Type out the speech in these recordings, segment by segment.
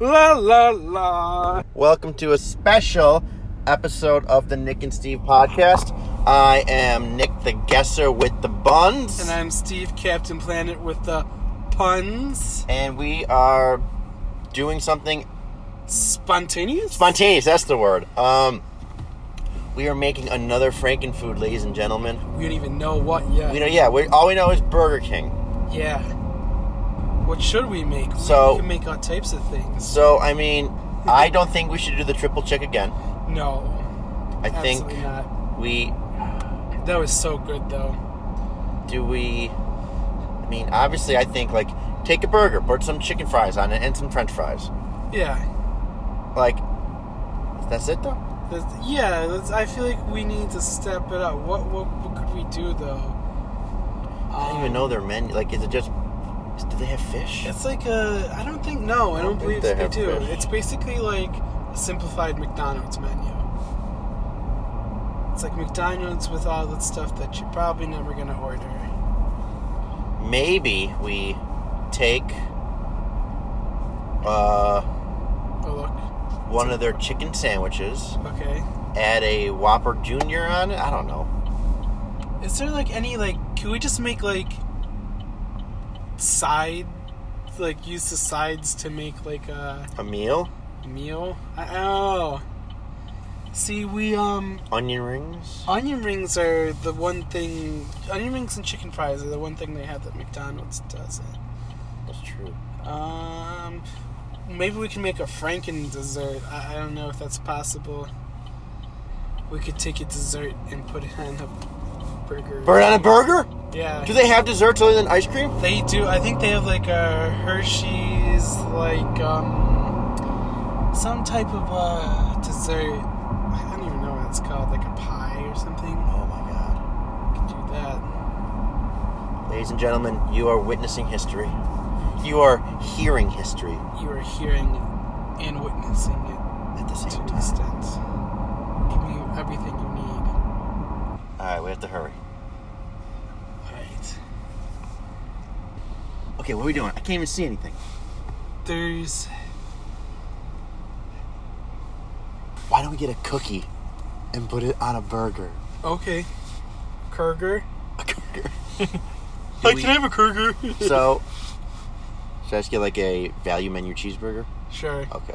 La la la. Welcome to a special episode of the Nick and Steve podcast. I am Nick the Guesser with the Buns. And I'm Steve, Captain Planet, with the puns. and we are doing something Spontaneous? spontaneous. That's the word. Um, we are making another Frankenfood, ladies and gentlemen. We don't even know what yet. You know, yeah. We, all we know is Burger King. yeah. What should we make? We- So- we can make all types of things. So I mean, I don't think we should do the triple check again. No, I absolutely think not. we That was so good though. do we. I mean, obviously, I think like take a burger, put some chicken fries on it, and some French fries. Yeah. Like, that's it though. That's, yeah. That's, I feel like we need to step it up. What what, what could we do though? I Um, don't even know their menu. Like, is it just? is- Do they have fish? It's like a. I don't think. No, I don't think believe they they, have do. fish. It's basically like a simplified McDonald's menu. It's like McDonald's with all the stuff that you're probably never gonna order. Maybe we take uh, Oh one of their chicken sandwiches, look. Okay. add a Whopper Junior on it. I don't know. Is there like any like? Can we just make like side? Like use the sides to make like a A meal, meal. I, oh. See, we um onion rings. Onion rings are the one thing. Onion rings and chicken fries are the one thing they have that McDonald's doesn't. That's true. Um, maybe we can make a Franken dessert. I, I don't know if that's possible. We could take a dessert and put it on a burger. Burn on a burger? yeah. Do they have desserts other than ice cream? They do. I think they have like a Hershey's, like um, some type of uh, dessert. I don't even know what it's called, like a pie or something. Oh my god. We could do that. Ladies and gentlemen, you are witnessing history. You are hearing history you are hearing and witnessing it at the to same an time. extent. Giving you everything you need. Alright, we have to hurry. Alright. Okay, what are we doing? I can't even see anything. There's. Why don't we get a cookie and put it on a burger? Okay. Kurger. A burger. Like, we- can I have a Kurger? so, should I just get like a value menu cheeseburger? sure. Okay.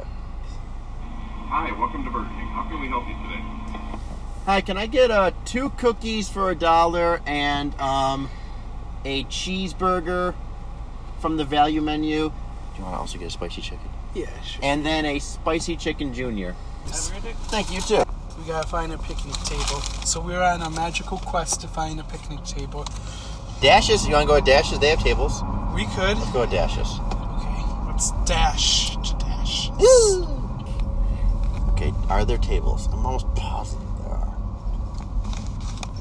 Hi, welcome to Burger King. How can we help you today? Hi, can I get uh, two cookies for a dollar and um, a cheeseburger from the value menu? Do you want to also get a spicy chicken? Yeah, sure. And then a spicy chicken junior. Have a good day. Thank you too. We gotta find a picnic table. So we're on a magical quest to find a picnic table. Dashes, you want to go to Dashes? They have tables. We could. Let's go to Dashes. Okay. Let's dash to dash. Okay, are there tables? I'm almost positive there are.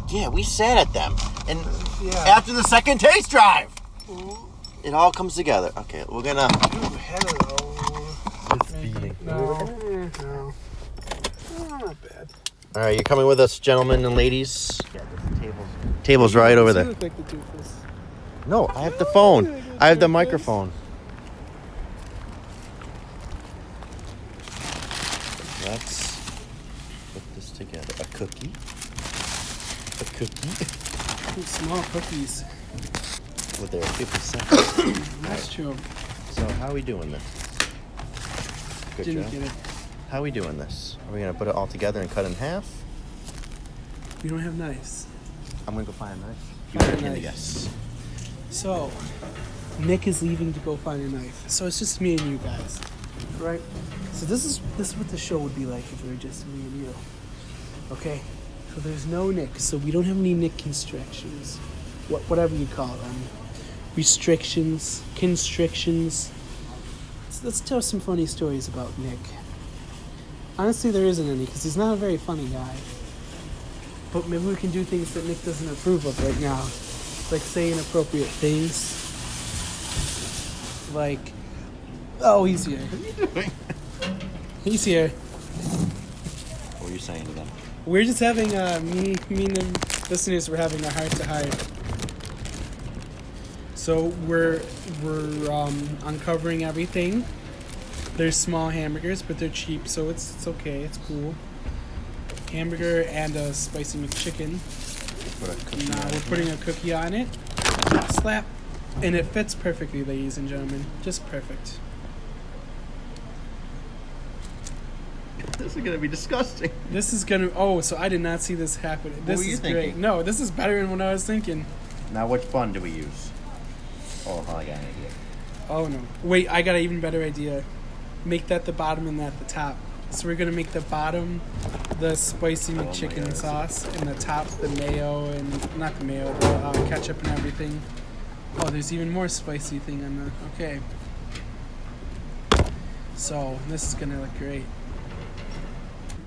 Yeah, we sat at them. And Yeah. after the second taste drive, Ooh, it all comes together. Okay, we're gonna. hello. It's beating. No. No. Ah, Not bad. All right, you're coming with us, gentlemen and ladies. Yeah, tables. Tables right over there. No, I have the phone. I have the microphone. Let's put this together. A cookie. A cookie. Small cookies. Well, there are 50 cents. That's true. so, how are we doing this? Good Didn't job. get it. How are we doing this? Are we going to put it all together and cut it in half? We don't have knives. I'm going to go find a knife. You Find a better hand a knife. guess. So, Nick is leaving to go find a knife. So it's just me and you guys, right? So this is this is what the show would be like if it were just me and you. Okay. So there's no Nick. So we don't have any Nick constrictions, what whatever you call them, restrictions, constrictions. So let's tell some funny stories about Nick. Honestly, there isn't any because he's not a very funny guy. But maybe we can do things that Nick doesn't approve of right now. Like say inappropriate things. Like Oh he's here. He's here. What were you saying to them? We're just having uh me me and the listeners were having a heart to heart. So we're we're um, uncovering everything. They're small hamburgers, but they're cheap, so it's it's okay. It's cool. Hamburger and a spicy McChicken. Put a cookie Now on we're it. putting a cookie on it. Slap. And it fits perfectly, ladies and gentlemen. Just perfect. This is gonna be disgusting. This is gonna. Oh, so I did not see this happen. This were you is great. thinking? No, this is better than what I was thinking. Now, which bun do we use? Oh, I got an idea. Oh no! Wait, I got an even better idea. Make that the bottom and that the top. So we're gonna make the bottom the spicy Oh my McChicken God. sauce, and the top the mayo and not the mayo, the uh, ketchup and everything. Oh, there's even more spicy thing on the. Okay. So this is gonna look great.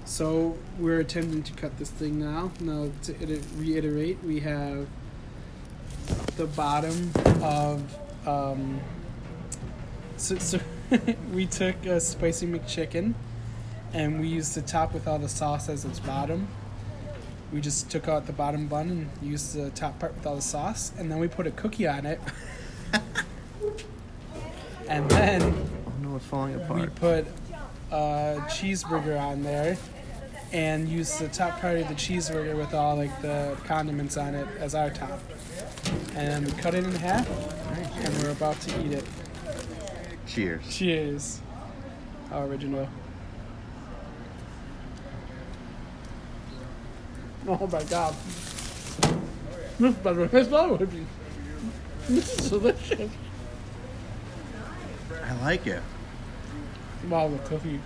So we're attempting to cut this thing now. Now to iter- reiterate, we have the bottom of um, so, so we took a spicy McChicken and we used the top with all the sauce as its bottom. We just took out the bottom bun and used the top part with all the sauce, and then we put a cookie on it. and then Oh no, it's falling we apart. put a cheeseburger on there and used the top part of the cheeseburger with all like the condiments on it as our top. And we cut it in half, and we're about to eat it. Cheers. Cheers. How original. Oh my god. This is better than I thought it would be. This is delicious. I like it. Wow, the cookie.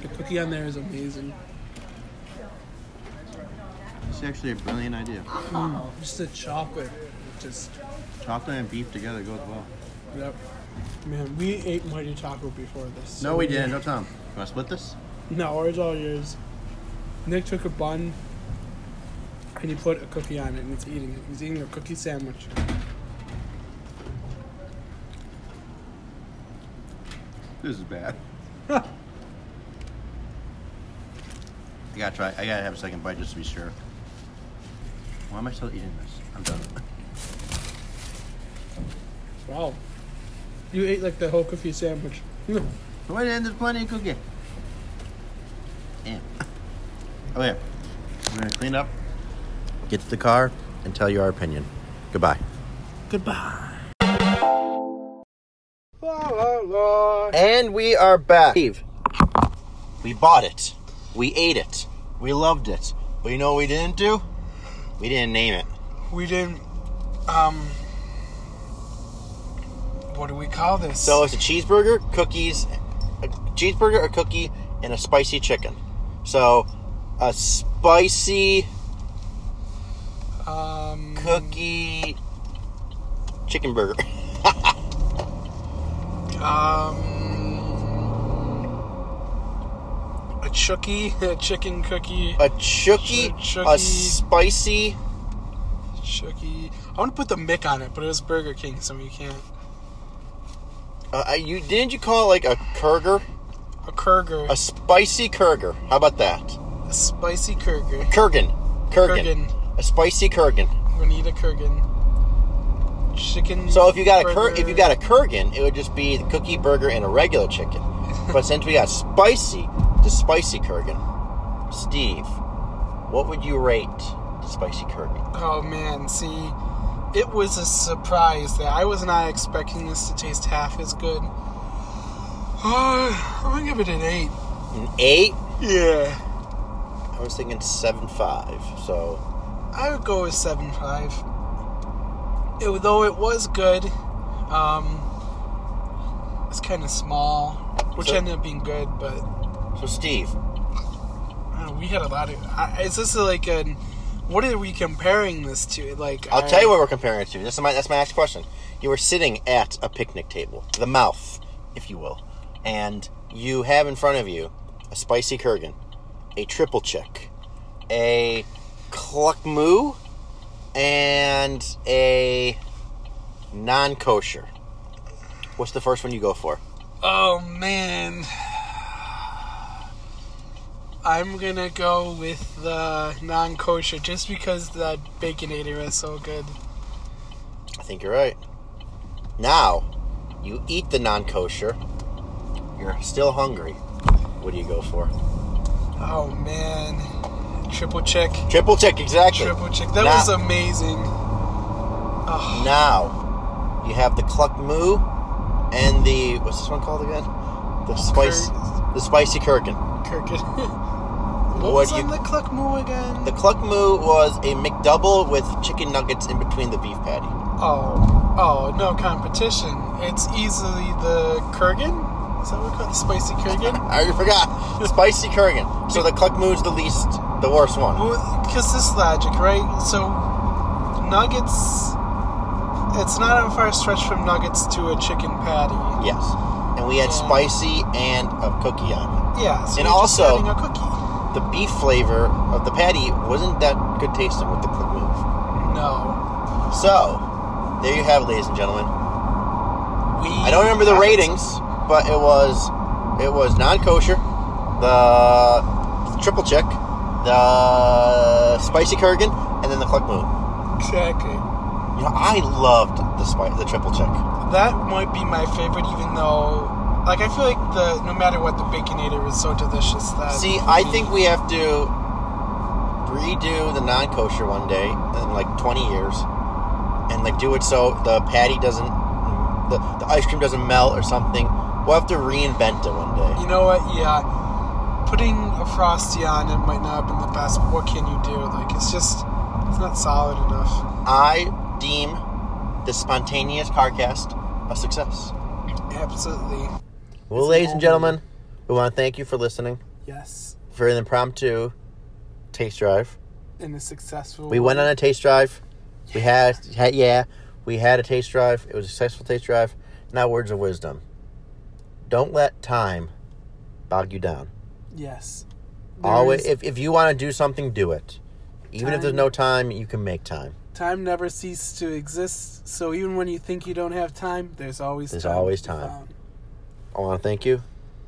The cookie on there is amazing. It's actually a brilliant idea. Just the chocolate. Just, Chocolate and beef together goes well. yep. Man, we ate Mighty Taco before this. No, we didn't. No, Tom. You want to split this? No, it's all yours. Nick took a bun and he put a cookie on it and he's eating it. He's eating a cookie sandwich. This is bad. I gotta try. I gotta have a second bite just to be sure. Why am I still eating this? I'm done. Wow. You ate like the whole cookie sandwich. Wait, and there's plenty of cookie. Damn. Oh yeah. I'm gonna clean up, get to the car, and tell you our opinion. Goodbye. Goodbye. La la la. And we are back. Steve, we bought it. We ate it. We loved it. But you know what we didn't do? We didn't name it. We didn't. Um. What do we call this? So it's a cheeseburger, cookies, a cheeseburger, a cookie, and a spicy chicken. So a spicy um. cookie chicken burger. Um. A chucky, a chicken cookie, A chookie, Ch- a chookie. spicy. chucky. E. I want to put the Mick on it, but it was Burger King, so you can't. Uh, uh, you didn't you call it like a kurger? A Kurger, A spicy kurger. How about that? a spicy Kurger. Kurgan. Kurgan. Kurgan. A spicy kurgan. We're gonna eat a Kurgan. Chicken. So if you got a kur- burger. if you got a kurgan, it would just be the cookie burger and a regular chicken. but since we got spicy, the spicy kurgan, Steve, what would you rate the spicy kurgan? Oh man, see, it was a surprise that I was not expecting this to taste half as good. I'm gonna give it an eight. An eight. Yeah, I was thinking seven five. So I would go with seven five. It, though it was good, um, it's kind of small, which So- ended up being good. But so Steve, uh, we had a lot of. I, is this like an? What are we comparing this to? Like, I'll tell you what we're comparing it to. This is my that's my next question. You were sitting at a picnic table, the mouth, if you will, and you have in front of you a spicy kurgan, a triple check, a cluck moo, and a non kosher. What's the first one you go for? Oh man. I'm gonna go with the non kosher just because the baconator is so good. I think you're right. Now, you eat the non kosher, You're still hungry. What do you go for? Oh man, triple check, Triple check, exactly. triple check. That Now- was amazing. Ah, Now, you have the cluck moo and the what's this one called again? The spice, Cur- the spicy kurgan. Kirkin. what, What was do you- on the cluck moo again? The cluck moo was a McDouble with chicken nuggets in between the beef patty. oh, oh, no competition. It's easily the Kurgan. Is that what we call it? The spicy Kurgan? I already forgot. spicy kurgan. So the cluck moo's the least, the worst one. Because this logic, right? So nuggets. It's not a far stretch from nuggets to a chicken patty. Yes. And we had Yeah. spicy and a cookie on Yeah. So And you're just also- having a cookie. it. The beef flavor of the patty wasn't that good tasting with the cluck moo. No. So, there you have it, ladies and gentlemen. We. I don't remember the ratings, but it was it was non-kosher, the triple check, the spicy kurgan, and then the cluck moon. Exactly. You know, I loved the spi- the triple check. That might be my favorite, even though, like, I feel like the no matter what, the baconator is so delicious that. See, I think we have to redo the non-kosher one day in like 20 years, and like do it so the patty doesn't, the, the ice cream doesn't melt or something. We'll have to reinvent it one day. You know what? Yeah, putting a frosty on it might not have been the best, but what can you do? Like, it's just it's not solid enough. I deem the spontaneous carcast a success. Absolutely. Well, ladies and gentlemen, we want to thank you for listening Yes. for an impromptu taste drive. And a successful. We went on a taste drive. We had, had yeah, we had a taste drive. It was a successful taste drive. Now, words of wisdom: don't let time bog you down. Yes. Always, There's- if, if you want to do something, do it. Even if there's Time- no time, you can make time. time never ceases to exist. So even when you think you don't have time, there's always There's time to always be time. found. I want to thank you.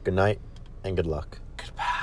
Good night and good luck. Goodbye.